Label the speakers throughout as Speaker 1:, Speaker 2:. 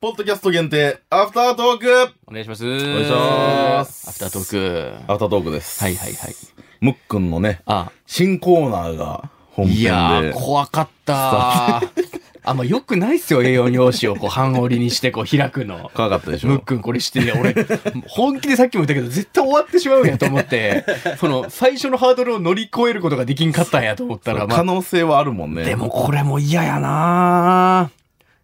Speaker 1: ポッドキャスト限定、アフタートーク
Speaker 2: お願いします。お
Speaker 1: 願いします
Speaker 2: アフタートーク。
Speaker 1: アフタートークです。
Speaker 2: はいはいはい。
Speaker 1: むっくんのね、
Speaker 2: あ、
Speaker 1: 新コーナーが本編で。
Speaker 2: いやー、怖かったー。あんま良くないっすよ、栄養用紙をこう半折りにしてこう開くの。
Speaker 1: 怖かったでし
Speaker 2: ムッ
Speaker 1: ょ。
Speaker 2: クンこれしてね、俺、本気でさっきも言ったけど、絶対終わってしまうんやと思って、その、最初のハードルを乗り越えることができんかったんやと思ったら、ま
Speaker 1: 可
Speaker 2: あ、
Speaker 1: 能性はあるもんね。
Speaker 2: でもこれも嫌やな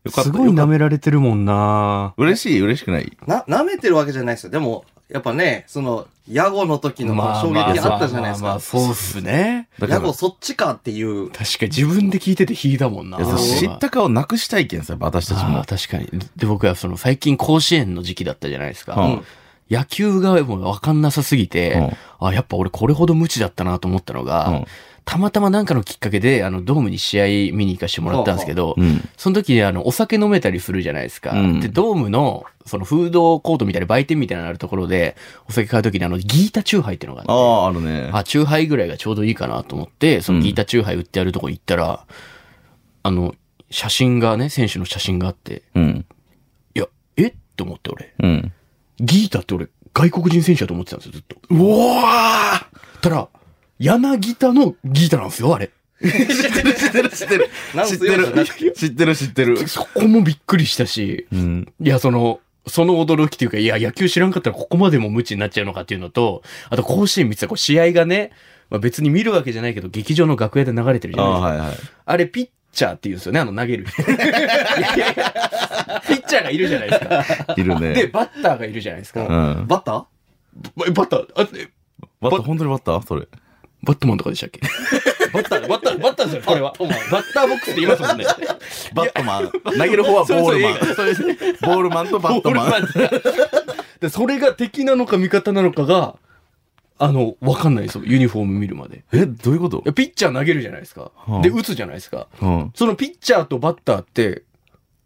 Speaker 1: よかっ
Speaker 2: ー
Speaker 1: た、
Speaker 2: すごい
Speaker 1: よかっ
Speaker 2: 舐められてるもんな
Speaker 1: た嬉しい、嬉しくない。
Speaker 3: な、舐めてるわけじゃないですよ。でも、やっぱね、その、ヤゴの時の
Speaker 2: まあ
Speaker 3: 衝撃あったじゃないです
Speaker 2: まあまあまあまあ
Speaker 3: か。
Speaker 2: そうっすね。
Speaker 1: だか
Speaker 3: ヤ
Speaker 1: ら、
Speaker 3: ゴ
Speaker 1: い
Speaker 3: そっちかっていう。
Speaker 2: 確かに自分で聞いてて引いたもんな。
Speaker 1: や
Speaker 3: あー
Speaker 1: 知った顔なくしたいけんさ、やっぱ私たち
Speaker 2: あ
Speaker 1: も
Speaker 2: あ。確かに。で、僕はその最近甲子園の時期だったじゃないですか。
Speaker 1: うん
Speaker 2: 野球がもうわかんなさすぎて、あ、やっぱ俺これほど無知だったなと思ったのが、
Speaker 1: うん
Speaker 2: たまたまなんかのきっかけで、あの、ドームに試合見に行かせてもらったんですけど、
Speaker 1: うん。
Speaker 2: その時、あの、お酒飲めたりするじゃないですか。
Speaker 1: うん
Speaker 2: で、ドームの、その、フードコートみたいな売店みたいなのあるところで、お酒買う時に、あの、ギータチューハイっていうのがあって
Speaker 1: ああ、あるね。
Speaker 2: あ、チューハイぐらいがちょうどいいかなと思って、そのギータチューハイ売ってあるとこ行ったら、あの、写真がね、選手の写真があって、
Speaker 1: うん。
Speaker 2: いや、えって思って俺。
Speaker 1: うん。
Speaker 2: ギータって俺、外国人選手だと思ってたんですよ、ずっと。
Speaker 1: うわ
Speaker 2: たら、柳田のギータなんですよ、あれ。
Speaker 1: 知ってる、知ってる、知ってる。
Speaker 3: なん
Speaker 1: 知っ
Speaker 3: す
Speaker 1: て
Speaker 3: よじゃな
Speaker 1: る
Speaker 3: くて。
Speaker 1: 知ってる、知ってる。
Speaker 2: そこもびっくりしたし、
Speaker 1: うん。
Speaker 2: いや、その、その驚きというか、いや、野球知らんかったらここまでも無知になっちゃうのかっていうのと、あと甲子園見てたらこう試合がね、まあ、別に見るわけじゃないけど、劇場の楽屋で流れてるじ
Speaker 1: あ
Speaker 2: ゃないですか
Speaker 1: あ、はいはい。
Speaker 2: あれ、ピッチャーって言うんですよね、あの 投げる人。いやいやいやピッチャーがいるじゃないですか。
Speaker 1: いるね。
Speaker 2: で、バッターがいるじゃないですか。
Speaker 1: う
Speaker 2: バ
Speaker 1: ん。
Speaker 3: バッター
Speaker 2: バッター、あえ
Speaker 1: バッタ、本当にバッターそれ。
Speaker 2: バットマンとかでしたっけ バッター、バッター、バッターですよ、これは。バッターボックスって言いますもんね。
Speaker 1: バットマン。投げる方はボールマン。
Speaker 2: そうですね。
Speaker 1: ボールマンとバットマン。
Speaker 2: ボールマンで、それが敵なのか味方なのかが、あの、わかんないですよ、ユニフォーム見るまで。い
Speaker 1: え、どういうこと
Speaker 2: やピッチャー投げるじゃないですか
Speaker 1: う。ん
Speaker 2: で、打つじゃないですか。
Speaker 1: うん。
Speaker 2: そのピッチャーとバッターって、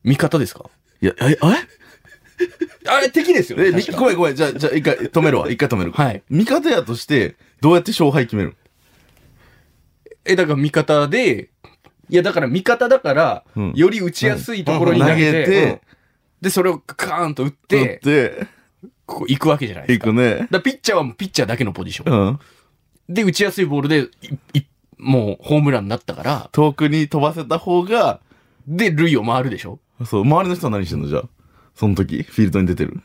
Speaker 2: 味方ですか
Speaker 1: いや、え、
Speaker 2: あれ、敵ですよ
Speaker 1: え
Speaker 2: ね。
Speaker 1: え、み
Speaker 2: 確か
Speaker 1: ごめんごめん。じゃあ、じゃあ一回止めるわ。一回止める。
Speaker 2: はい。
Speaker 1: 味方やとして、どうやって勝敗決める
Speaker 2: え、だから味方で、いや、だから味方だから、
Speaker 1: うん
Speaker 2: より打ちやすいところ
Speaker 1: 投
Speaker 2: に投げて、
Speaker 1: げ
Speaker 2: うん
Speaker 1: て、
Speaker 2: で、それをカーンと打っ、
Speaker 1: 打ってて、
Speaker 2: ここ行くわけじゃないです
Speaker 1: い
Speaker 2: か。だ
Speaker 1: く
Speaker 2: か
Speaker 1: ね。
Speaker 2: らピッチャーはもうピッチャーだけのポジション。
Speaker 1: うん。
Speaker 2: で、打ちやすいボールで、いいもうホームランになったから、
Speaker 1: 遠くに飛ばせた方が、
Speaker 2: で、塁を回るでしょ
Speaker 1: そう、周りの人は何してんのじゃあ。その時、フィールドに出てる。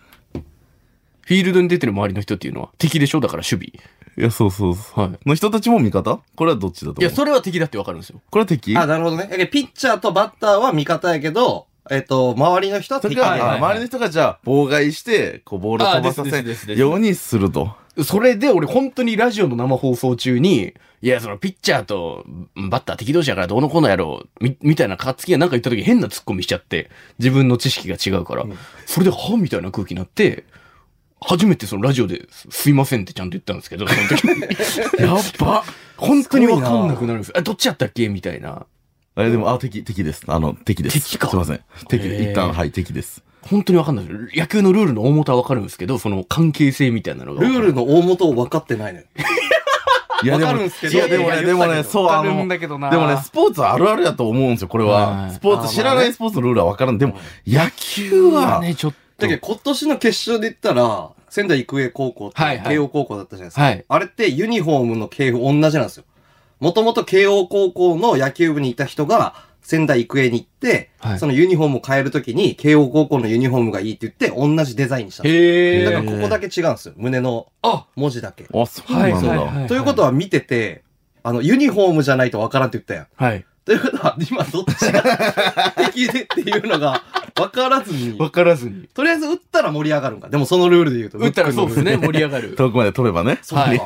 Speaker 2: フィールドに出てる周りの人っていうのは敵でしょだから守備。
Speaker 1: いや、そうそうそう。
Speaker 2: はい。
Speaker 1: の人たちも味方これはどっちだと思
Speaker 2: いや、
Speaker 1: う
Speaker 2: それは敵だってわかるんですよ。
Speaker 1: これは敵
Speaker 3: あ、なるほどね。だけどピッチャーとバッターは味方やけど、えっと、周りの人は
Speaker 1: そ
Speaker 3: 敵
Speaker 1: れ
Speaker 3: で。
Speaker 1: か、
Speaker 2: はいはい
Speaker 1: あ周りの人がじゃあ、妨害して、こう、ボールを飛ばさ
Speaker 2: あですですです
Speaker 1: せ
Speaker 2: で
Speaker 1: ん
Speaker 2: す
Speaker 1: ようにすると。
Speaker 2: それで俺本当にラジオの生放送中に、いや、そのピッチャーとバッター敵同士やからどうのこうのやろう、み、みたいなカッツキがなんか言った時変なツッコミしちゃって、自分の知識が違うから、それではみたいな空気になって、初めてそのラジオですすいませんってちゃんと言ったんですけど、その時に。 やっぱ、本当にわかんなくなるんですよ。え、どっちやったっけみたいな。
Speaker 1: あれでも、あ、敵、敵です。あの、敵です。
Speaker 2: 敵か
Speaker 1: すいません。敵
Speaker 2: へー
Speaker 1: で、一旦、はい、敵です。
Speaker 2: 本当にわかんないですよ。野球のルールの大元はわかるんですけど、その関係性みたいなのが。
Speaker 3: ルールの大元を分かってないのよ。
Speaker 1: いや、で
Speaker 3: わ
Speaker 1: も
Speaker 3: かるんすけど
Speaker 1: いや、でもね、でも
Speaker 3: いや
Speaker 1: ね、
Speaker 3: 言ったけど
Speaker 1: そう、あの、
Speaker 2: だけどな
Speaker 1: でもね、スポーツはあるあるやと思うんですよ、これ
Speaker 2: は
Speaker 1: は。
Speaker 2: い
Speaker 1: スポーツ、知らないスポーツのルールは分からん。でも、野球は、
Speaker 2: ね、ちょっと
Speaker 3: だけど、。今年の決勝で言ったら、仙台育英高校と
Speaker 2: はいはい
Speaker 3: 慶応高校だったじゃないですか。
Speaker 2: はい
Speaker 3: あれってユニフォームの系譜同じなんですよ。もともと慶応高校の野球部にいた人が仙台育英に行って、
Speaker 2: はい
Speaker 3: そのユニフォームを変えるときに慶応高校のユニフォームがいいって言って同じデザインにしたんです
Speaker 2: へえ。
Speaker 3: だからここだけ違うんですよ。胸の
Speaker 2: あ
Speaker 3: 文字だけ。
Speaker 1: あ、そうなんだ。
Speaker 3: ということは見てて、あの、ユニフォームじゃないとわからんって言ったやん。
Speaker 2: は、はい。
Speaker 3: ということは、今どっちが敵でっていうのがわからずに、
Speaker 2: わからずに。
Speaker 3: とりあえず打ったら盛り上がるんか。でもそのルールで言うと。
Speaker 2: 打ったらそうですね、盛り上が る。
Speaker 1: 遠くまで飛べばね。
Speaker 3: そうか
Speaker 2: はい。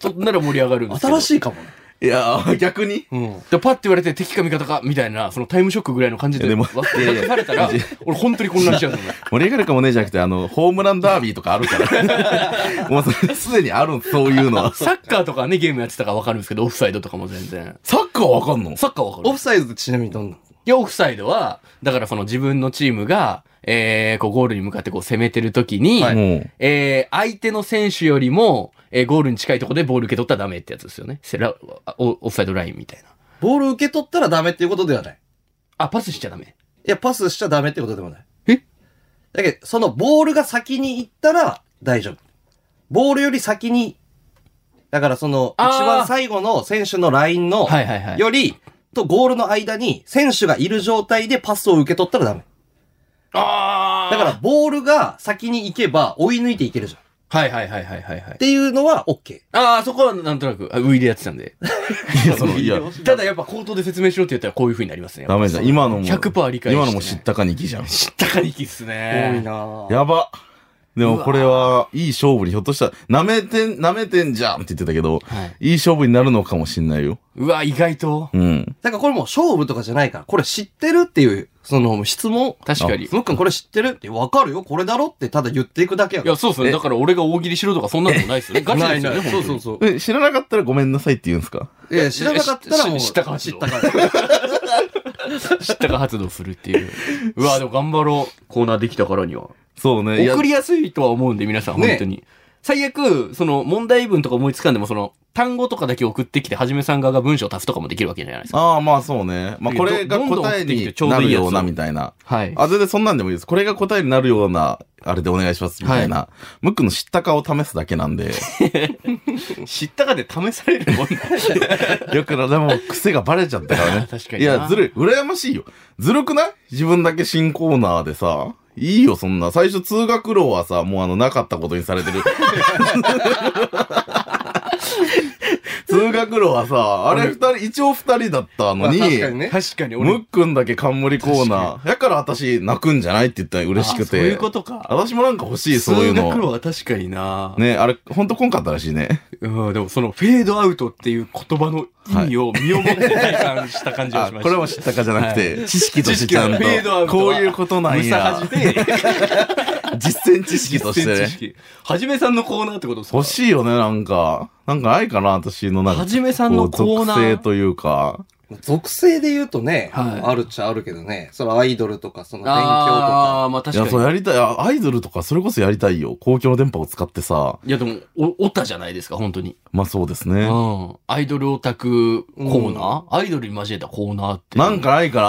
Speaker 2: そんなら盛り上がるんです
Speaker 3: 新し
Speaker 2: い。
Speaker 3: いかもね。
Speaker 1: いやー、逆に。
Speaker 3: うん。
Speaker 2: でパッて言われて敵か味方かみたいな、そのタイムショックぐらいの感じで、
Speaker 1: いやでも
Speaker 2: わ渡されたら、俺本当に混乱しちゃうと思う。
Speaker 1: 盛り上がるかもね、じゃなくて、あの、ホームランダービーとかある から。もうそれ、すでにあるんですそういうのは。
Speaker 2: サッカーとかね、ゲームやってたからわかるんですけど、オフサイドとかも全然。
Speaker 1: サッカーは分かんの
Speaker 2: サッカーわかる
Speaker 3: オフサイズってちなみにどん
Speaker 2: い
Speaker 3: なの
Speaker 2: や、オフサイドは、だからその自分のチームが、えー、こうゴールに向かってこう攻めてるときに、
Speaker 3: はい
Speaker 1: も
Speaker 2: えー、相手の選手よりも、えー、ゴールに近いところでボール受け取ったらダメってやつですよね。セラオオフサイドラインみたいな。
Speaker 3: ボール受け取ったらダメっていうことではない。
Speaker 2: あ、パスしちゃダメ。
Speaker 3: いや、パスしちゃダメってことでもない。
Speaker 2: え
Speaker 3: だけど、そのボールが先に行ったら大丈夫。ボールより先に、だからその、一
Speaker 2: あー
Speaker 3: 番最後の選手のラインの、
Speaker 2: はいはいはい。
Speaker 3: より、とゴールの間に選手がいる状態でパスを受け取ったらダメ。
Speaker 2: あ
Speaker 3: だから、ボールが先に行けば追い抜いていけるじゃん。っ
Speaker 2: ら、はいはいはいはいはいはい。
Speaker 3: ていうのは OK。
Speaker 2: ああ、そこはなんとなく、あウイでやってたんで。
Speaker 1: いや、その、いや、
Speaker 2: ただやっぱ口頭で説明しろって言ったらこういう風になりますね。
Speaker 1: ダメじゃん。今のも、
Speaker 2: 100%理解してない
Speaker 1: 今のも知ったかにきじゃん。
Speaker 2: 知ったかにきっす
Speaker 3: 多い
Speaker 2: ね。
Speaker 3: なぁ
Speaker 1: やば。でもこれは、いい勝負に、ひょっとしたら、舐めてん、舐めてんじゃんって言ってたけど、
Speaker 2: はい。
Speaker 1: いい勝負になるのかもしんないよ。
Speaker 2: うわ、意外と。
Speaker 1: うん。
Speaker 3: だからこれもう勝負とかじゃないから、これ知ってるっていう、その質問。
Speaker 2: 確かに。い
Speaker 3: むっくんこれ知ってるって、わかるよこれだろってただ言っていくだけやから。
Speaker 2: や、そうっすね。だから俺が大喜利しろとかそんなのもないっすよね。ガチですよね、
Speaker 3: そう
Speaker 2: 本
Speaker 3: そうそう。
Speaker 1: え、知らなかったらごめんなさいって言うんですか
Speaker 3: いや、知らなかったらもう。
Speaker 2: し知ったか
Speaker 3: 知ったから。
Speaker 2: 当に知ったか発動するっていう。うわ、でも頑張ろう。コーナーできたからには。
Speaker 1: そうね。いや
Speaker 2: 送りやすいとは思うんで、皆さん、
Speaker 3: ね
Speaker 2: 本当に。最悪、その、問題文とか思いつかんでも、その、単語とかだけ送ってきて、はじめさん側が文章を足すとかもできるわけじゃないですか。
Speaker 1: ああ、まあそうね。まあこれが
Speaker 2: どんどん
Speaker 1: 答え
Speaker 2: 送ってき
Speaker 1: に
Speaker 2: てちょう
Speaker 1: な
Speaker 2: どい
Speaker 1: る
Speaker 2: いやつを
Speaker 1: ようなみたいな。
Speaker 2: はい。
Speaker 1: あ、全然そんなんでもいいです。これが答えになるような、あれでお願いしますみたいな。ムックの知ったかを試すだけなん で。
Speaker 2: 知ったかで試されるもん。
Speaker 1: よくな、でも癖がバレちゃったからね
Speaker 2: 確かにない
Speaker 1: や、ずるい。羨ましいよ。ずるくない自分だけ新コーナーでさ。いいよ、そんな。最初、通学路はさ、もうあの、なかったことにされて る。通学路はさ、あれ二人、一応二人だったのに、
Speaker 3: まあ確かにね
Speaker 2: 確かに
Speaker 1: ムックンだけ冠コーナー。やから私、泣くんじゃないって言ったら嬉しくて。
Speaker 2: そういうことか。
Speaker 1: 私もなんか欲しい、そういう
Speaker 2: 数学路
Speaker 1: の。
Speaker 2: は確かにな、
Speaker 1: ね、あれ、ほんとこんかったらしいね。
Speaker 2: うん、でもそのフェードアウトっていう言葉の意味を身をもって体感した感じが
Speaker 1: あ
Speaker 2: しました。
Speaker 1: これも知ったかじゃなくて、知識としてちゃん
Speaker 2: 知識はフェードアウ
Speaker 1: と、
Speaker 2: トは
Speaker 1: こういうことなん
Speaker 2: むさ
Speaker 1: や
Speaker 2: はじ。で、
Speaker 1: 実践知識と して
Speaker 2: 実践知
Speaker 1: ね。
Speaker 2: 識はじめさんのコーナーってことですか
Speaker 1: 欲しいよね、なんか。なんかないかな、私のなんか。
Speaker 2: はじめさんの
Speaker 1: こう
Speaker 2: コーナー
Speaker 1: 属性というか。
Speaker 3: 属性で言うとね、
Speaker 2: はい
Speaker 3: あるっちゃあるけどね、そのアイドルとか、その勉強と
Speaker 2: あ
Speaker 3: か。
Speaker 2: あ、まあ
Speaker 1: い
Speaker 2: 確か
Speaker 1: や、
Speaker 2: に。
Speaker 1: そうやりたい。あアイドルとか、それこそやりたいよ。公共の電波を使ってさ。
Speaker 2: いやでも、お、おったじゃないですか、本当に。
Speaker 1: まあそうです
Speaker 2: う
Speaker 1: ね。
Speaker 2: ん。アイドルオタクコーナー、アイドルに交えたコーナーって。
Speaker 1: なんかないか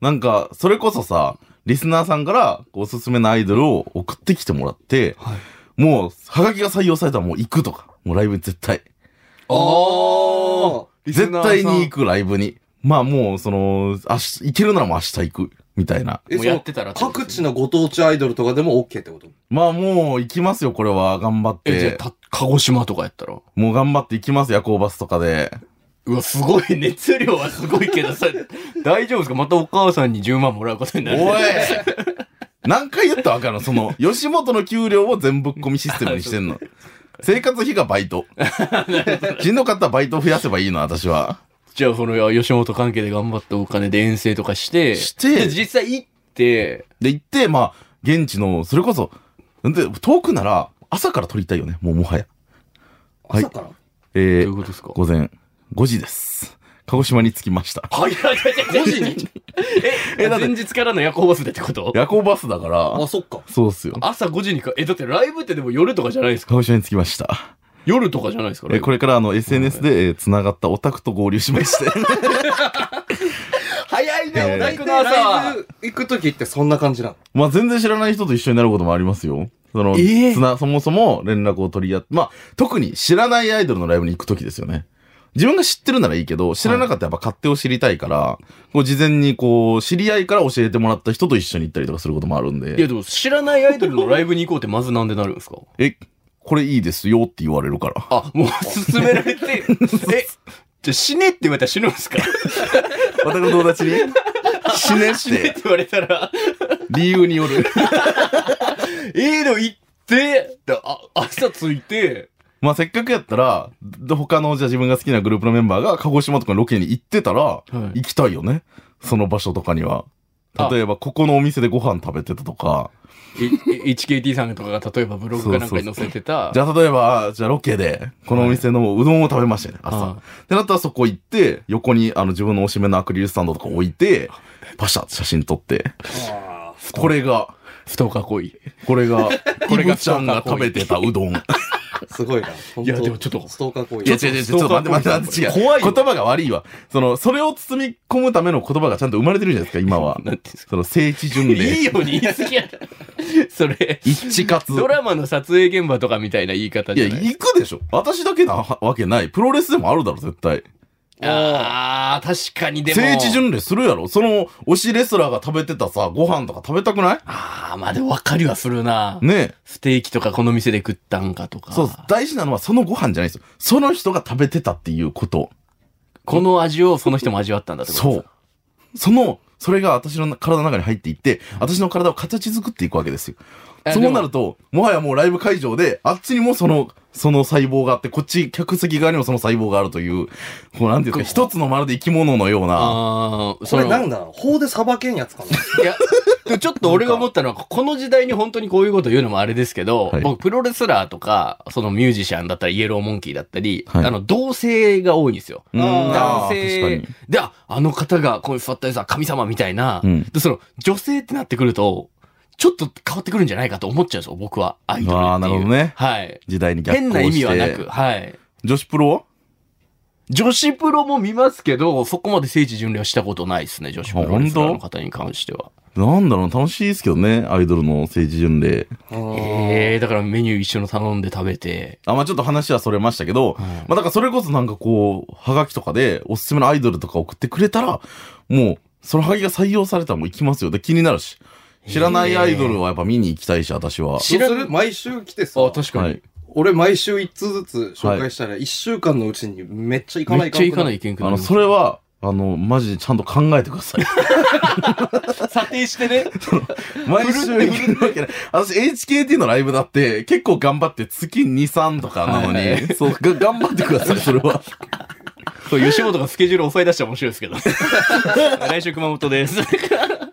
Speaker 1: な。なんか、それこそさ、リスナーさんからおすすめのアイドルを送ってきてもらって、
Speaker 2: はい
Speaker 1: もう、はがきが採用されたらもう行くとか。もうライブに絶対。
Speaker 2: ああ
Speaker 1: 絶対に行く、ライブに。まあもう、その、明日、行けるならもう明日行く。みたいな。
Speaker 3: え
Speaker 2: もうやってたら
Speaker 3: その各地のご当地アイドルとかでも OK ってこと
Speaker 1: まあもう行きますよ、これは。頑張っ
Speaker 2: え、じゃあ
Speaker 1: て。
Speaker 2: た、鹿児島とかやったら。
Speaker 1: もう頑張って行きます、夜行バスとかで。
Speaker 2: うわ、すごい、熱量はすごいけどさ、 大丈夫ですかまたお母さんに10万もらうことになる。
Speaker 1: おい何回言ったらわかるのその、吉本の給料を全ぶっ込みシステムにしてん の。生活費がバイト。しんどかったらバイト増やせばいいの、私は。
Speaker 2: じゃあ、その、いや吉本関係で頑張ったお金で遠征とかして、
Speaker 1: して
Speaker 2: で実際行って、
Speaker 1: で、行って、まあ、現地の、それこそ、なんで、遠くなら、朝から撮りたいよね、もうもはや。はい
Speaker 3: 朝から、
Speaker 2: どう
Speaker 1: え
Speaker 2: いう
Speaker 1: ー、
Speaker 2: ことですか
Speaker 1: 午前5時です。鹿児島に着きました。
Speaker 2: はい、はい、はい、5時にえ、
Speaker 1: えだって
Speaker 2: 前日からの夜行バスでってこと
Speaker 1: 夜行バスだから
Speaker 3: あ、、そっか。
Speaker 1: そうっすよ。
Speaker 2: 朝5時にか、え、だってライブってでも夜とかじゃないですか
Speaker 1: 鹿児島に着きました。
Speaker 2: 夜とかじゃないですか
Speaker 1: えこれからあの SNS でえー繋がったオタクと合流しまして
Speaker 2: 早い
Speaker 1: えー
Speaker 2: ね、お
Speaker 3: 大
Speaker 2: 大
Speaker 3: 体
Speaker 2: 工の朝
Speaker 3: ライ
Speaker 2: は。
Speaker 3: ブ行くときってそんな感じなの。
Speaker 1: まあ全然知らない人と一緒になることもありますよその、
Speaker 2: ええ
Speaker 1: つなそもそも連絡を取り合ってまあ特に知らないアイドルのライブに行く時ですよね自分が知ってるならいいけど知らなかったらやっぱ勝手を知りたいから、こう事前にこう知り合いから教えてもらった人と一緒に行ったりとかすることもあるん
Speaker 2: いや、
Speaker 1: で
Speaker 2: でも知らないアイドルのライブに行こうってまずなんでなるんですか
Speaker 1: えこれいいですよって言われるから
Speaker 2: あ、もう勧められて、 え、じゃあ死ねって言われたら死ぬんですか
Speaker 1: 私の友達に 死ねっ
Speaker 2: 死ねってて言われたら、
Speaker 1: 理由による
Speaker 2: ええでも行って、であ、朝着いて、
Speaker 1: まあせっかくやったら、ど他のじゃあ自分が好きなグループのメンバーが鹿児島とかのロケに行ってたら、
Speaker 2: い
Speaker 1: 行きたいよね。その場所とかには。
Speaker 2: あ
Speaker 1: 例えば、ここのお店でご飯食べてたとか、
Speaker 2: い HKT さんとかが例えばブログかなんかに載せてた、
Speaker 1: じゃあ例えば、じゃあロケで、このお店のうどんを食べましたね、朝。
Speaker 2: はい
Speaker 1: ってなったらそこ行って、横にあの自分のおしめのアクリルスタンドとか置いて、パシャって写真撮って、これが、
Speaker 2: ストーカー行為。
Speaker 1: これが、
Speaker 2: こ
Speaker 1: こ
Speaker 2: れ
Speaker 1: れ
Speaker 2: が
Speaker 1: がちゃんが食べてたうどん。
Speaker 3: すごいな。
Speaker 2: いや
Speaker 3: 本当
Speaker 2: でもちょっと
Speaker 3: ストーカー行為。
Speaker 1: いや、違う違う違う、ちょっと待って待って待って、違う。
Speaker 2: 怖いよ
Speaker 1: 言葉が悪いわ。その、それを包み込むための言葉がちゃんと生まれてるじゃないですか、今は。
Speaker 2: なんていうんですか
Speaker 1: その、聖地巡
Speaker 2: い
Speaker 1: 礼。
Speaker 2: いように言い過 ぎやろそれ、
Speaker 1: 一致かつ。
Speaker 2: ドラマの撮影現場とかみたいな言い方
Speaker 1: い
Speaker 2: じ
Speaker 1: や、
Speaker 2: ゃない
Speaker 1: 行くでしょ。私だけなわけない。プロレスでもあるだろ、絶対。
Speaker 2: あー、確かにでも。
Speaker 1: 聖地巡礼するやろ。その、推しレスラーが食べてたさ、ご飯とか食べたくない
Speaker 2: あー、まあでも分かりはするな。
Speaker 1: ねえ。
Speaker 2: ステーキとかこの店で食ったんかとか。
Speaker 1: そうです。大事なのはそのご飯じゃないですよ。その人が食べてたっていうこと。
Speaker 2: この味をその人も味わったんだってこと
Speaker 1: そ
Speaker 2: です
Speaker 1: う。その、それが私の体の中に入っていって、私の体を形作っていくわけですよ。
Speaker 2: え
Speaker 1: そう
Speaker 2: でも
Speaker 1: なると、もはやもうライブ会場で、あっちにもその、その細胞があって、こっち客席側にもその細胞があるという、こうなんていうんですか、一つのまるで生き物のような、
Speaker 2: あー、
Speaker 3: こ
Speaker 2: そ
Speaker 3: れな
Speaker 2: の、
Speaker 3: んだろう法で裁けんやつかな
Speaker 2: いや、でもちょっと俺が思ったのは、この時代に本当にこういうこと言うのもあれですけど、
Speaker 1: はい
Speaker 2: 僕、プロレスラーとか、そのミュージシャンだったり、イエローモンキーだったり、
Speaker 1: はい
Speaker 2: あの、同性が多いんですよ。
Speaker 1: うん
Speaker 3: あー
Speaker 1: あ
Speaker 2: 男
Speaker 1: ー確
Speaker 2: 性
Speaker 1: かに。
Speaker 2: で、あ、あの方がこういう座ったりさ、神様みたいな、
Speaker 1: うん
Speaker 2: で、その、女性ってなってくると、ちょっと変わってくるんじゃないかと思っちゃうんですよ、僕は。アイドルっていう。
Speaker 1: あーなるほどね
Speaker 2: はい。
Speaker 1: 時代に逆行
Speaker 2: 変
Speaker 1: して。
Speaker 2: な意味はなく、。はい。
Speaker 1: 女子プロは
Speaker 2: 女子プロも見ますけど、そこまで聖地巡礼はしたことないですね、女子プロレスラーの方に関しては。
Speaker 1: なんだろうな、楽しいですけどね、アイドルの政治巡礼。
Speaker 2: ええー、だからメニュー一緒の頼んで食べて。
Speaker 1: あ、まあちょっと話はそれましたけど、
Speaker 2: ん
Speaker 1: まあだからそれこそなんかこう、はがきとかでおすすめのアイドルとか送ってくれたら、もう、そのはがきが採用されたらもう行きますよ。で、気になるし。知らないアイドルはやっぱ見に行きたいし、私は。
Speaker 2: し
Speaker 3: 知ら
Speaker 2: 知ら
Speaker 3: る毎週来てさ、
Speaker 2: か
Speaker 1: はい。
Speaker 3: 俺毎週一通ずつ紹介したら、一週間のうちにめっちゃ行かな
Speaker 2: め
Speaker 3: い
Speaker 2: っちゃ行かない
Speaker 3: い。
Speaker 2: いけんく
Speaker 1: あ
Speaker 2: な
Speaker 1: の、
Speaker 2: る。
Speaker 1: それは、あの、マジでちゃんと考えてください。
Speaker 2: 査定してね。
Speaker 1: 毎週行けるわけない。私、HKT のライブだって、結構頑張って、月2、3とかなの
Speaker 2: はい
Speaker 1: に、そう、が頑張ってください、それは。
Speaker 2: そう、吉本がスケジュール抑え出したら面白いですけ ど。来週熊本です。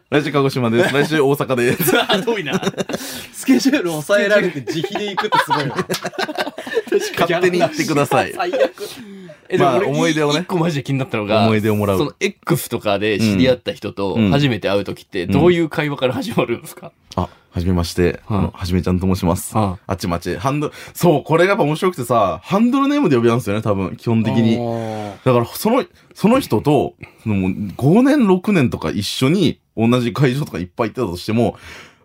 Speaker 1: 来週鹿児島 です。来週大阪です。
Speaker 2: あ、遠いな。
Speaker 3: スケジュール抑えられて自費で行くってすご いよ。
Speaker 1: 勝手に行ってください。
Speaker 3: 最悪。
Speaker 2: え、でも
Speaker 1: まあ
Speaker 2: 俺、
Speaker 1: 思い出をね
Speaker 2: 一個マジで気になったのが、
Speaker 1: 思い出をもら
Speaker 2: そうの。X とかで知り合った人と
Speaker 1: うん
Speaker 2: 初めて会うときって、どういう会話から始まるんですか、
Speaker 1: あ、はじめまして。
Speaker 2: はい
Speaker 1: あのはじめちゃんと申します。
Speaker 2: は
Speaker 1: あっちまち。ハンドル、そう、これがやっぱ面白くてさ、ハンドルネームで呼び合うんですよね、多分、基本的に。
Speaker 3: あ
Speaker 1: だから、その、その人と、そのもう5年、6年とか一緒に同じ会場とかいっぱい行ってたとしても、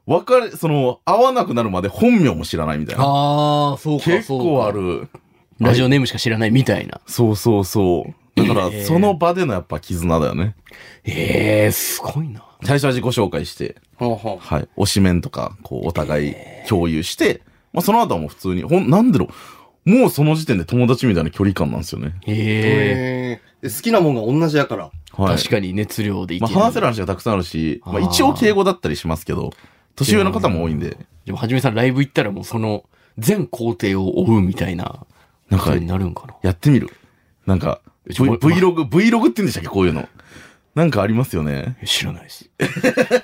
Speaker 1: 別れ、その、会わなくなるまで本名も知らないみたいな。
Speaker 2: ああ、そう
Speaker 1: 結構あ。る。
Speaker 2: ラジオネームしか知らないみたいな。
Speaker 1: そうそうそう。だから、
Speaker 2: えー
Speaker 1: その場でのやっぱ絆だよね。
Speaker 2: ええー、すごいな。
Speaker 1: 最初は自己紹介して、
Speaker 3: ほうほ
Speaker 1: はい。推しメンとか、こう、お互い共有して、まあ、その後はもう普通に、ほん、なんだろう、もうその時点で友達みたいな距離感なんですよね。
Speaker 3: う。
Speaker 2: ええ
Speaker 3: へえ。で好きなもんが同じやから。
Speaker 1: はい。
Speaker 2: 確かに熱量でいけ
Speaker 1: まあ、
Speaker 2: る
Speaker 1: 話せる話がたくさんあるし、まあ、
Speaker 2: あー
Speaker 1: 一応敬語だったりしますけど、年上の方も多いんで、
Speaker 2: でも、はじめさんライブ行ったらもうその、全工程を追うみたいな、
Speaker 1: なん
Speaker 2: こ
Speaker 1: か
Speaker 2: と、になるんかな。
Speaker 1: やってみる。なんか、V-
Speaker 2: ちょ
Speaker 1: Vlog、Vlog って言うんでしたっけこういうの。なんかありますよ ね。
Speaker 2: 知らないです。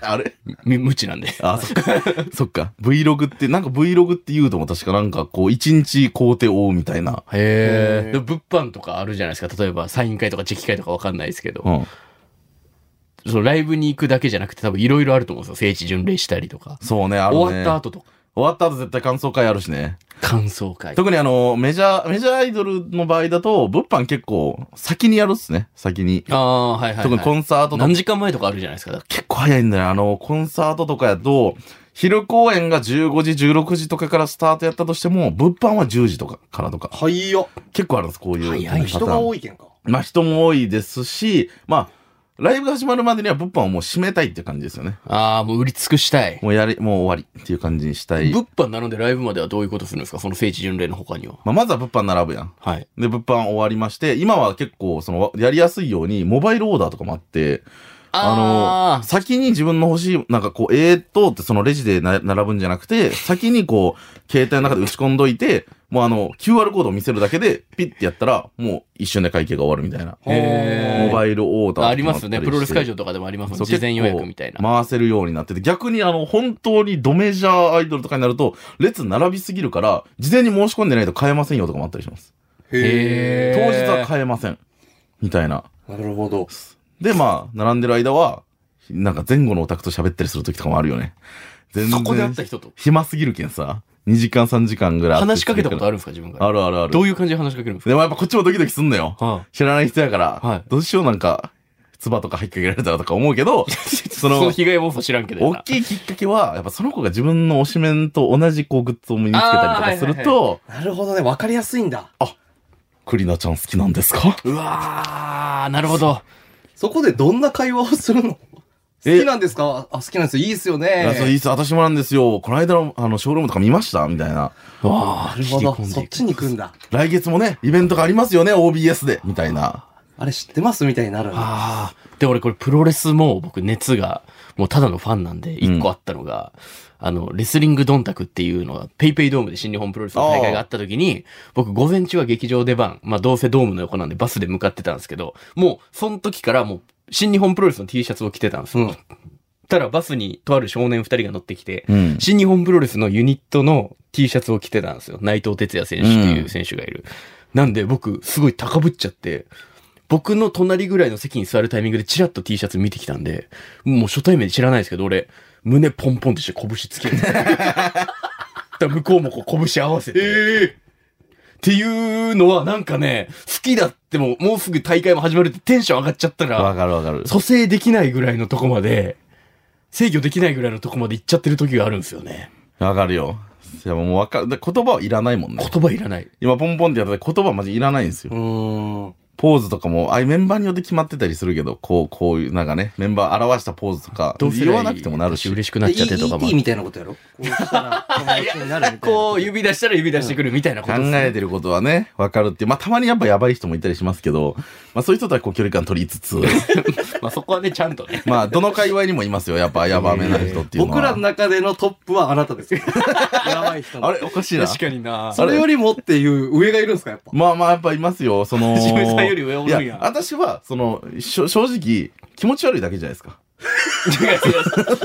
Speaker 1: あれ
Speaker 2: み、無知なんで。
Speaker 1: あ、そっか。 そっか。Vlog って、なんか Vlog って言うとも確かなんかこう、一日工程を追うみたいな。
Speaker 2: へ
Speaker 3: へー
Speaker 2: え。でも物販とかあるじゃないですか。例えば、サイン会とかチェキ会とかわかんないですけど、
Speaker 1: うん。
Speaker 2: そのライブに行くだけじゃなくて多分いろいろあると思うんですよ。聖地巡礼したりとか。
Speaker 1: そうね、あるね。
Speaker 2: 終わった後とか、
Speaker 1: 終わった後絶対感想会あるしね。
Speaker 2: 感想会。
Speaker 1: 特にあの、メジャー、メジャーアイドルの場合だと、物販結構先にやるっすね、先に。
Speaker 2: ああ、はいはい、
Speaker 1: 特にコ
Speaker 2: はい。
Speaker 1: ンサートとか
Speaker 2: 何時間前とかあるじゃないですか。だって
Speaker 1: 結構早いんだよ。あの、コンサートとかやと、昼公演が15時、16時とかからスタートやったとしても、物販は10時とかからとか。
Speaker 3: はいよ。
Speaker 1: 結構あるんです、こういうパターン。
Speaker 2: 早い
Speaker 3: 人が多いけんか。
Speaker 1: まあ人も多いですし、まあ、ライブが始まるまでには物販をもう閉めたいっていう感じですよね。
Speaker 2: ああ、もう売り尽くしたい。
Speaker 1: もうやり、もう終わりっていう感じにしたい。
Speaker 2: 物販なのでライブまではどういうことするんですかその聖地巡礼の他には。
Speaker 1: まあまずは物販並ぶやん。
Speaker 2: はい。
Speaker 1: で、物販終わりまして、今は結構、その、やりやすいように、モバイルオーダーとかもあって、あの、
Speaker 2: ー
Speaker 1: 先に自分の欲しい、なんかこう、えーっと、ってそのレジでな並ぶんじゃなくて、先にこう、携帯の中で打ち込んどいて、もうあの、QR コードを見せるだけで、ピッてやったら、もう一瞬で会計が終わるみたいな。
Speaker 2: へー
Speaker 1: モバイルオーダーとかもった
Speaker 2: ああ
Speaker 1: り
Speaker 2: り
Speaker 1: して
Speaker 2: ますよね。プロレス会場とかでもありますもん
Speaker 1: そう
Speaker 2: 事前予約みたい
Speaker 1: 結
Speaker 2: な。
Speaker 1: 構回せるようになってて、逆にあの、本当にドメジャーアイドルとかになると、列並びすぎるから、事前に申し込んでないと買えませんよとかもあったりします。
Speaker 2: へ
Speaker 1: 当
Speaker 2: え
Speaker 1: 日は買えません。みたいな。
Speaker 3: なるほど。
Speaker 1: で、まあ、並んでる間は、なんか前後のオタクと喋ったりする時とかもあるよね。全
Speaker 2: そこで会った人と。
Speaker 1: 暇すぎるけんさ。 2時間3時間ぐらい
Speaker 2: 話しかけたことあ
Speaker 1: る
Speaker 2: るんですか自分から。
Speaker 1: あるあるある。
Speaker 2: どういう感じで話しかけるんです
Speaker 1: でもやっぱこっちもドキドキすんのよ。
Speaker 2: かは
Speaker 1: 知らない人やから、
Speaker 2: はい
Speaker 1: どうしようなんか、唾とか入っかけられたらとか思うけど、そ
Speaker 2: その
Speaker 1: の、
Speaker 2: 被害妄想知らんけど。
Speaker 1: 大きいきっかけは、やっぱその子が自分の推しメンと同じこうグッズを身につけたりとかする
Speaker 2: あーはい
Speaker 1: と、
Speaker 3: なるほどね。わかりやすいんだ。
Speaker 1: クリナちゃん好きなんですか
Speaker 2: うわー、なるほど。
Speaker 3: そこでどんな会話をするの好
Speaker 1: え
Speaker 3: きなんですかあ、好きなんですよ。いいっすよ
Speaker 1: いやそう
Speaker 3: ね。
Speaker 1: いつ私もなんですよ。この間のあのショールームとか見ましたみたいな。
Speaker 2: わ
Speaker 3: なるほど
Speaker 2: 切り込。んで
Speaker 3: そ
Speaker 2: い
Speaker 3: っ
Speaker 2: く
Speaker 3: ちに行くんだ。
Speaker 1: 来月もね、イベントがありますよね、OBS で。みたいな。
Speaker 3: あれ知ってますみたいになるんだ。
Speaker 2: ああ。で、俺これプロレスも僕熱が、もうただのファンなんで、一個あったのが、あの、レスリングドンタクっていうのが、ペイペイドームで新日本プロレスの大会があった時に、僕午前中は劇場出番、まあどうせドームの横なんでバスで向かってたんですけど、もうその時からもう新日本プロレスの T シャツを着てたんですよ。
Speaker 3: うん
Speaker 2: たらバスにとある少年二人が乗ってきて、
Speaker 1: うん。
Speaker 2: 新日本プロレスのユニットの T シャツを着てたんですよ。内藤哲也選手っていう選手がいる。なんで僕、すごい高ぶっちゃって、僕の隣ぐらいの席に座るタイミングでチラッと T シャツ見てきたんで、もう初対面で知らないですけど、俺、胸ポンポンとして拳 つける。だから向こうもこう拳合わせて。っていうのはなんかね、好きだってもうもうすぐ大会も始まるってテンション上がっちゃったら、
Speaker 1: わかるわかる。
Speaker 2: 蘇生できないぐらいのとこまで、制御できないぐらいのとこまで行っちゃってる時があるんですよね。
Speaker 1: わかるよ。いやもうわかる。で言葉はいらないもんね。
Speaker 2: 言葉いらない。
Speaker 1: 今ポンポンってやったら言葉マジいらないんですよ
Speaker 3: う。ーん。
Speaker 1: ポーズとかも、あメンバーによって決まってたりするけど、こう、こういう、なんかね、メンバー表したポーズとか、
Speaker 2: どうせ
Speaker 1: 言わなくてもなるし。
Speaker 2: 嬉しくな
Speaker 3: で
Speaker 2: っちゃってとかも
Speaker 3: ET。みたいなことやろこうしたら友達になるみたいな
Speaker 2: こう、指出したら指出してくるみたいなこ
Speaker 1: 考
Speaker 2: とですね
Speaker 1: えてることはね、わかるっていう。まあ、たまにやっぱやばい人もいたりしますけど、まあ、そういう人とはこう距離感取りつつ、
Speaker 2: まあそこはね、ちゃんとね。
Speaker 1: まあ、どの界隈にもいますよ。やっぱ、やばめな人っていうのは。
Speaker 3: 僕らの中でのトップはあな たですよ。やばい人の
Speaker 1: あれ、おかしいな。
Speaker 2: 確かにな。
Speaker 3: それよりもっていう上がいるんですかやっぱ。
Speaker 1: まあまあ、やっぱいますよ。そ の、
Speaker 2: 自分さんより上おるんや
Speaker 1: いや、私は、その、しょ正直、気持ち悪いだけじゃないですか。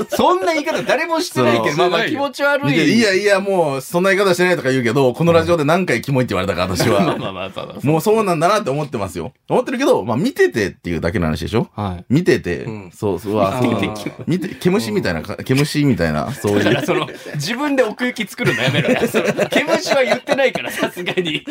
Speaker 2: そんな言い方誰もしてないけど、ま
Speaker 3: そ
Speaker 2: あ
Speaker 3: う
Speaker 2: まあ気持ち悪
Speaker 1: 見て
Speaker 2: い。
Speaker 1: いやいや、もう、そんな言い方してないとか言うけど、このラジオで何回キモいって言われたから、私
Speaker 2: まあ
Speaker 1: は。
Speaker 2: まあまあ、そうだ。
Speaker 1: もうそうなんだなって思ってますよ。思ってるけど、まあ、見ててっていうだけの話でしょ
Speaker 2: はい。
Speaker 1: 見てて、
Speaker 3: うん
Speaker 1: そう、そう、あそう
Speaker 3: 見てて
Speaker 1: 見て、毛虫みたいな、か毛虫みたいな、そう
Speaker 2: だ
Speaker 1: い
Speaker 2: か
Speaker 1: う。
Speaker 2: らその、自分で奥行き作るのやめろ や。その毛虫は言ってないから、さすがに。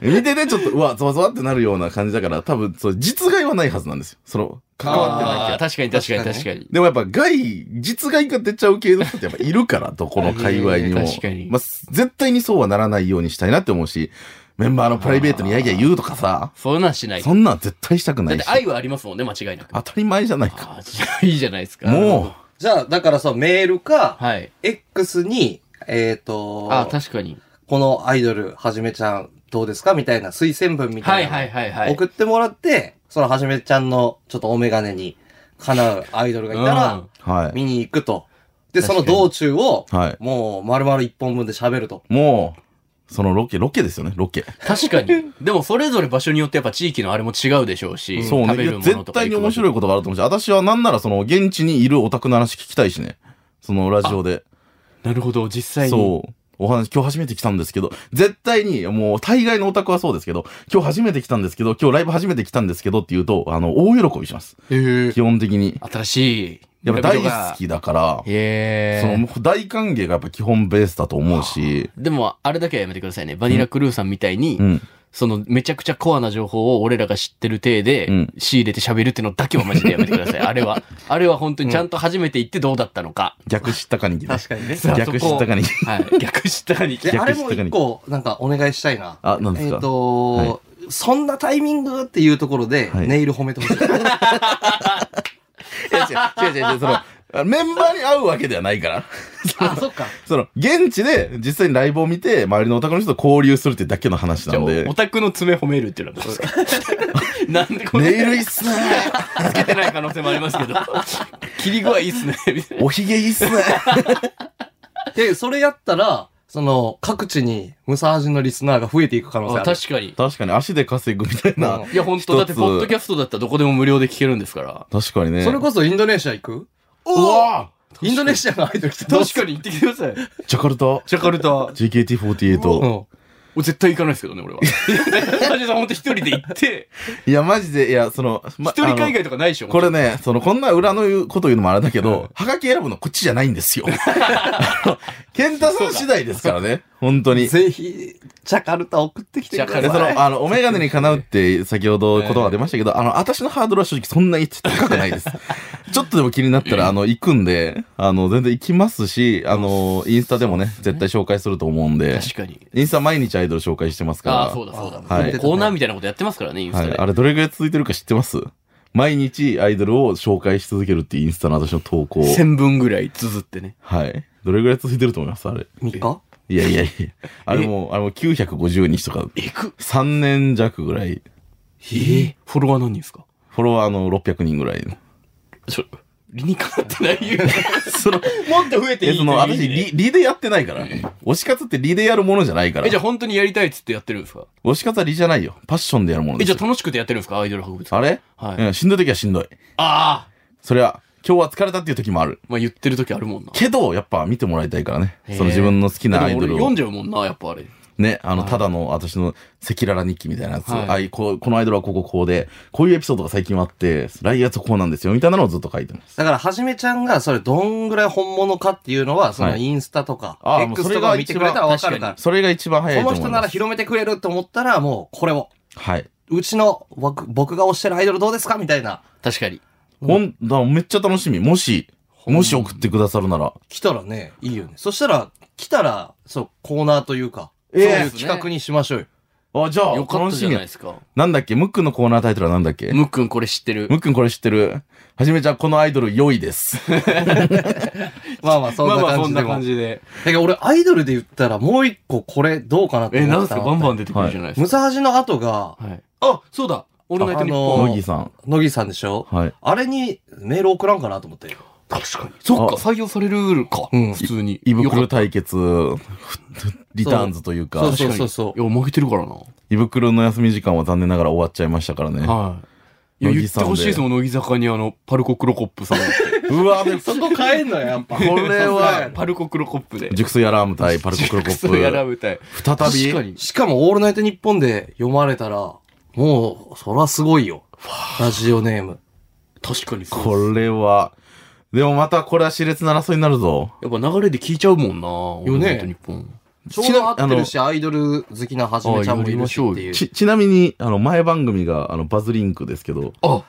Speaker 1: 見てて、ちょっと、うわ、ゾワゾワってなるような感じだから、多分、そう、実害はないはずなんですよ。その、関わってない
Speaker 2: あー確かに確かに確かに。
Speaker 1: でもやっぱ害、実害が出ちゃう系の人ってやっぱいるから、どこの界隈にも。
Speaker 2: 確かに
Speaker 1: まあ、絶対にそうはならないようにしたいなって思うし、メンバーのプライベートにやいや言うとかさ、
Speaker 2: そんなんしない。だ
Speaker 1: そんなん絶対したくな
Speaker 2: っ
Speaker 1: い
Speaker 2: て
Speaker 1: し。
Speaker 2: 愛はありますもんね、間違いなく。
Speaker 1: 当たり前じゃないか。
Speaker 2: あじゃあいいじゃないですか。
Speaker 1: も
Speaker 3: じゃあ、だからさ、メール
Speaker 2: う
Speaker 3: か、
Speaker 2: はい。
Speaker 3: X に、えっ、と
Speaker 2: あ、確かに。
Speaker 3: このアイドル、はじめちゃん、どうですかみたいな推薦文みた
Speaker 2: はいい
Speaker 3: な。
Speaker 2: はいはいはい。
Speaker 3: 送ってもらって、そのはじめちゃんのちょっとお眼鏡にかなうアイドルがいたら、
Speaker 1: う、は
Speaker 3: 見に行くと。で、そ
Speaker 2: 確か
Speaker 3: の
Speaker 2: に
Speaker 3: 道中を、
Speaker 1: い。はい。
Speaker 3: もう丸々一本分で喋ると。
Speaker 1: もう、そのロケ、ロケですよね、ロケ。
Speaker 2: 確 かに。でもそれぞれ場所によってやっぱ地域のあれも違うでしょうし、
Speaker 1: そう
Speaker 2: 食べ
Speaker 1: ね。いや
Speaker 2: るもの
Speaker 1: 絶
Speaker 2: とか
Speaker 1: 対に面白
Speaker 2: い。
Speaker 1: いことがあると思うし、私はなんならその、現地にいるオタクの話聞きたいしね。そのラジオで。
Speaker 2: なるほど、実際に。
Speaker 1: そう。お話、今日初めて来たんですけど、絶対に、もう、大概のオタクはそうですけど、今日初めて来たんですけど、今日ライブ初めて来たんですけどって言うと、あの、大喜びします。
Speaker 2: う。
Speaker 1: 基本的に。
Speaker 2: 新しい。
Speaker 1: やっぱ大好。きだから、
Speaker 2: へ
Speaker 1: その、
Speaker 2: え。
Speaker 1: もう大歓迎がやっぱ基本ベースだと思うし、
Speaker 2: でも、あれだけはやめてくださいね。バニラクルーさんみたいに、
Speaker 1: うん。
Speaker 2: その、めちゃくちゃコアな情報を俺らが知ってる体で
Speaker 1: うん、
Speaker 2: 仕入れて喋るってのだけはマジでやめてく ださい。あれは。あれは本当にちゃんと初めて行ってどうだったのか。
Speaker 1: 逆知ったかにぎね。
Speaker 3: かにね
Speaker 2: かに
Speaker 1: 逆知ったかにぎ。
Speaker 2: はい。逆したに。
Speaker 3: で、あれ
Speaker 1: 逆し
Speaker 3: も
Speaker 1: てかに
Speaker 3: 一個、なんかお願いしたいな。
Speaker 1: あ、なんで
Speaker 3: え
Speaker 1: す
Speaker 3: っ、
Speaker 1: か、
Speaker 3: とそんなタイミングっていうところで、
Speaker 1: はい
Speaker 3: ネイル褒め てほしい。
Speaker 1: いや違う違う違う違う、その、あメンバーに会うわけではないから。
Speaker 3: あ、そっか。
Speaker 1: その、現地で実際にライブを見て、周りのオタクの人と交流するってだけの話
Speaker 2: じ
Speaker 1: な
Speaker 2: ゃあ
Speaker 1: んで
Speaker 2: オ、タクの爪褒めるっていうのはどうで すかなんでこんな
Speaker 1: ネイルいいっすね
Speaker 2: つけてない可能性もあります けど。切り具合いいっすね。みたいな
Speaker 1: おひげいいっすね
Speaker 3: で、それやったら、その、各地に、ムサージのリスナーが増えていく可能性
Speaker 2: あ
Speaker 3: ある。
Speaker 2: 確かに。
Speaker 1: 確かに足で稼ぐみたいな。
Speaker 3: うん
Speaker 2: いや、本
Speaker 1: 一
Speaker 2: 当
Speaker 1: つ
Speaker 2: だって、ポッドキャストだったらどこでも無料で聞けるんですから。
Speaker 1: 確かにね。
Speaker 3: それこそインドネシア行く
Speaker 1: うわ
Speaker 3: インドネシアのアイドル来てどう
Speaker 2: 確
Speaker 3: する
Speaker 2: かに行ってきてください。
Speaker 1: ジャカルタ
Speaker 2: ジャカルタ。も
Speaker 1: ?JKT48。
Speaker 3: うん
Speaker 2: う絶対行かないですけどね、俺は。 マジで本当一人で行って、
Speaker 1: いや、マジで、いや、その、
Speaker 2: 一
Speaker 1: ま
Speaker 2: 人海
Speaker 1: あの
Speaker 2: 外とかないでしょ。
Speaker 1: これね、 その、こんな裏の言うこと言うのもあれだけど、はがき選ぶのこっちじゃないんですよ。 健太さん次第ですからね。本当に。
Speaker 3: ぜひ、チャカルタ送ってきてください。
Speaker 1: でその、あの、お眼鏡にかなうって、先ほど言葉が出ましたけど、あの、私のハードルは正直そんなに高くない です。ちょっとでも気になったら、あの、行くんで、あの、全然行きますし、あの、インスタでもね、絶対紹介すると思うんで、
Speaker 2: 確かに。
Speaker 1: インスタ毎日アイドル紹介してます
Speaker 2: ああ、
Speaker 1: か
Speaker 2: そうだそうだ。
Speaker 1: はい
Speaker 2: もうコーナーみたいなことやってますからね、イン
Speaker 1: ら、
Speaker 2: ス
Speaker 1: は
Speaker 2: タ
Speaker 1: い。
Speaker 2: で。
Speaker 1: あれ、どれぐらい続いてるか知ってます毎日アイドルを紹介し続けるっていうインスタの私の投稿。
Speaker 2: 1000分ぐらい綴ってね。
Speaker 1: はい。どれぐらい続いてると思いますあれ。
Speaker 3: 3日
Speaker 1: いやい やいや。あれもう、あれもう950日とか、
Speaker 2: えく。
Speaker 1: 3年弱ぐらい、
Speaker 2: えフォロワー何人ですか
Speaker 1: フォロワーの600人ぐらいの。
Speaker 2: ちょ、理にかなってない よ。
Speaker 1: その、
Speaker 2: もっと増えてい
Speaker 1: え、
Speaker 2: い
Speaker 1: その、
Speaker 2: いい
Speaker 1: 私、
Speaker 2: ね
Speaker 1: リ、リでやってないから。推し活ってリでやるものじゃないから。
Speaker 2: え、じゃあ
Speaker 1: 推
Speaker 2: 本当にやりたいっつってやってるんですか
Speaker 1: し活はリじゃないよ。パッションでやるもの
Speaker 2: え、
Speaker 1: で
Speaker 2: じ
Speaker 1: す
Speaker 2: ゃあ楽しくてやってるんですかアイドル博物館。
Speaker 1: あれ
Speaker 2: はい
Speaker 1: うん、しんどい時はしんどい。
Speaker 2: ああ
Speaker 1: それは、今日は疲れたっていう時もある。
Speaker 2: まあ言ってる時あるもんな。
Speaker 1: けど、やっぱ見てもらいたいからね。
Speaker 2: へー
Speaker 1: その自分の好き
Speaker 2: でも
Speaker 1: なア
Speaker 2: 俺
Speaker 1: イドル
Speaker 2: 読
Speaker 1: を
Speaker 2: ん。じゃうもんな、やっぱあれ。
Speaker 1: ね、あの、ただの私の赤裸々日記みたいなやつ。
Speaker 2: はい
Speaker 1: あいこうこのアイドルはこここうで、こういうエピソードが最近あって、来月こうなんですよ、みたいなのをずっと書いてます。
Speaker 3: だから、はじめちゃんが、それ、どんぐらい本物かっていうのは、その、インスタとか、
Speaker 1: ああもう
Speaker 3: X
Speaker 1: それ
Speaker 3: と
Speaker 1: が
Speaker 3: か
Speaker 1: 一番
Speaker 3: 見てくれたらわかるから。
Speaker 1: それが一番早い
Speaker 3: ことの
Speaker 1: 思い
Speaker 3: 人な
Speaker 1: ま
Speaker 3: ら
Speaker 1: す。
Speaker 3: 広めてくれると思ったら、もう、これを。
Speaker 1: はい。
Speaker 3: うちの、わく僕が推してるアイドルどうですかみたいな。
Speaker 2: 確かに。
Speaker 1: ほん、だからめっちゃ楽しみ。もし、もし送ってくださるなら。
Speaker 3: 来たらね、いいよね。そしたら、来たら、そう、コーナーというか、
Speaker 1: ええ
Speaker 3: そういう企画にしましょうよ。
Speaker 1: あ、じゃあ、
Speaker 2: よかっ
Speaker 1: 楽
Speaker 2: た
Speaker 1: し
Speaker 2: じゃ
Speaker 1: み
Speaker 2: ない
Speaker 1: や
Speaker 2: で。すか。
Speaker 1: なんだっけムックのコーナータイトルはなんだっけ
Speaker 2: むっくんこれ知ってる。
Speaker 1: ムックンこれ知ってるはじめちゃん、このアイドル良いです。
Speaker 3: まあまあ、そん
Speaker 2: まあ
Speaker 3: な
Speaker 2: まあ
Speaker 3: 感
Speaker 2: そ
Speaker 3: じ
Speaker 2: ん
Speaker 3: で
Speaker 2: な
Speaker 3: も。
Speaker 2: 感じで。
Speaker 3: だけど俺、アイドルで言ったら、もう一個これどうかなって
Speaker 2: え、
Speaker 3: 思った
Speaker 2: な
Speaker 3: の
Speaker 2: んすかバンバン出てくるじゃないです
Speaker 3: ム
Speaker 2: か。
Speaker 3: サハジの後が、
Speaker 2: はい。あ、そうだオールナイトニッ
Speaker 3: あ
Speaker 2: ポ
Speaker 3: の
Speaker 2: ン
Speaker 3: ー
Speaker 1: 乃木さん。
Speaker 3: 乃木さんでしょ
Speaker 1: はい。
Speaker 3: あれにメール送らんかなと思って。
Speaker 2: 確かに。そっか、
Speaker 1: あ
Speaker 2: 採用されるか。
Speaker 3: うん
Speaker 2: 普通に。
Speaker 1: 胃
Speaker 2: よか
Speaker 1: 袋
Speaker 2: った
Speaker 1: 対決、リターンズという
Speaker 3: そ
Speaker 1: か
Speaker 3: う、
Speaker 2: 確かにいや、負けてるからな。
Speaker 1: 胃袋の休み時間は残念ながら終わっちゃいましたからね。
Speaker 2: はい。いや、
Speaker 1: 乃
Speaker 2: 言
Speaker 1: 木
Speaker 2: って
Speaker 1: さんで
Speaker 2: ほしいですもん、乃木坂にあの、パルコクロコップさん。
Speaker 1: うわ、で
Speaker 3: そこ変えんのよ、やっぱ。 こ
Speaker 1: れは
Speaker 2: パルコクロコップで。
Speaker 1: 熟睡アラーム対パルコクロコッ
Speaker 2: そうやら
Speaker 1: プ。
Speaker 2: 舞台。
Speaker 1: 再び
Speaker 2: 確か、に。
Speaker 3: しかも、オールナイトニッポンで読まれたら、もう、そらすごいよ。ラジオネーム。
Speaker 2: 確かにそう
Speaker 1: これは、でもまたこれは熾烈な争いになるぞ。
Speaker 2: やっぱ流れで聞いちゃうもんな
Speaker 3: よね
Speaker 2: オールナイトニッポン。
Speaker 3: ちょうど合ってるし、アイドル好きなはじめちゃんもいるしっていう。
Speaker 1: ち、ちなみに、あの、前番組が、あの、バズリンクですけど、
Speaker 2: あ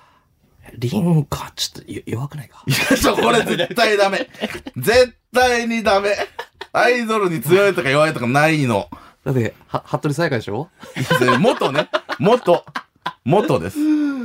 Speaker 3: リンか、ちょっとよ弱くないか
Speaker 1: い。や、 ちょ、これ絶対ダメ。絶対にダメ。アイドルに強いとか弱いとかないの。
Speaker 3: だって、は、服部彩香でしょ
Speaker 1: で元ね。元。元です。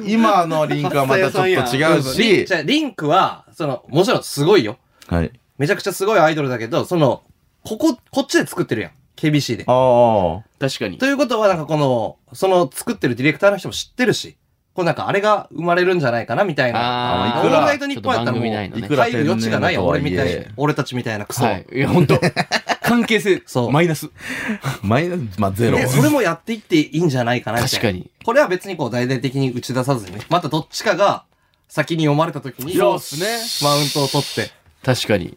Speaker 1: 今のリンクはまたちょっと 違うし
Speaker 3: じ、ゃあ、リンクは、その、もちろんすごいよ。
Speaker 1: はい。
Speaker 3: めちゃくちゃすごいアイドルだけど、その、ここ、こっちで作ってるやん。KBC で。
Speaker 1: あ
Speaker 2: 確かに
Speaker 3: と。いうことは、なんかこの、その作ってるディレクターの人も知ってるし、こうなんかあれが生まれるんじゃないかなみたいな。
Speaker 1: あ
Speaker 2: あ
Speaker 1: の
Speaker 2: あ
Speaker 1: いくら
Speaker 3: オールナイトニッポンやったらもう
Speaker 2: ちょっと番組ないの
Speaker 1: あ、い
Speaker 2: ね
Speaker 1: くら
Speaker 3: 入る
Speaker 1: 天
Speaker 3: 余地が
Speaker 1: 然
Speaker 3: ないや
Speaker 1: と
Speaker 3: ん、
Speaker 1: は
Speaker 3: 俺
Speaker 1: い
Speaker 3: みたいな
Speaker 1: え、、
Speaker 3: 俺たちみたいなクソ。
Speaker 2: はい。いや、本 当関係性、
Speaker 3: そう
Speaker 2: マイナス。
Speaker 1: マイナス、まあ、ゼロ。
Speaker 3: で、それもやっていっていいんじゃないかなみたいな。
Speaker 2: 確かに。
Speaker 3: これは別にこう大々的に打ち出さずにね、またどっちかが先に読まれた時に、
Speaker 1: そうっ
Speaker 3: マ
Speaker 1: すね
Speaker 3: ウントを取って。
Speaker 2: 確かに。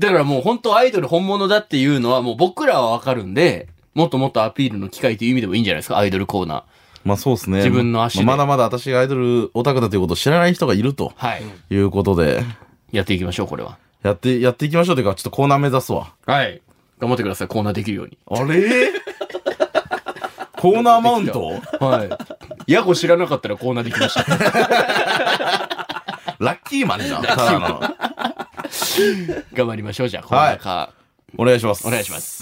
Speaker 2: だからもう本当アイドル本物だっていうのはもう僕らはわかるんで、もっともっとアピールの機会という意味でもいいんじゃないですか、アイドルコーナー。
Speaker 1: まあそうですね。
Speaker 2: 自分の足で
Speaker 1: まあまだまだ私がアイドルオタクだということを知らない人がいると
Speaker 2: はい。
Speaker 1: いうことで、
Speaker 2: やっていきましょう、これは。
Speaker 1: やって、やっていきましょうというか、ちょっとコーナー目指すわ。
Speaker 2: はい。頑張ってください、コーナーできるように。
Speaker 1: あれコーナーマウント
Speaker 2: はい。ヤコ知らなかったらコーナーできました。
Speaker 1: ラッキーマンじゃん。ただの
Speaker 2: 頑張りましょう、じゃあ、コーナーか。
Speaker 1: お願いします。
Speaker 2: お願いします。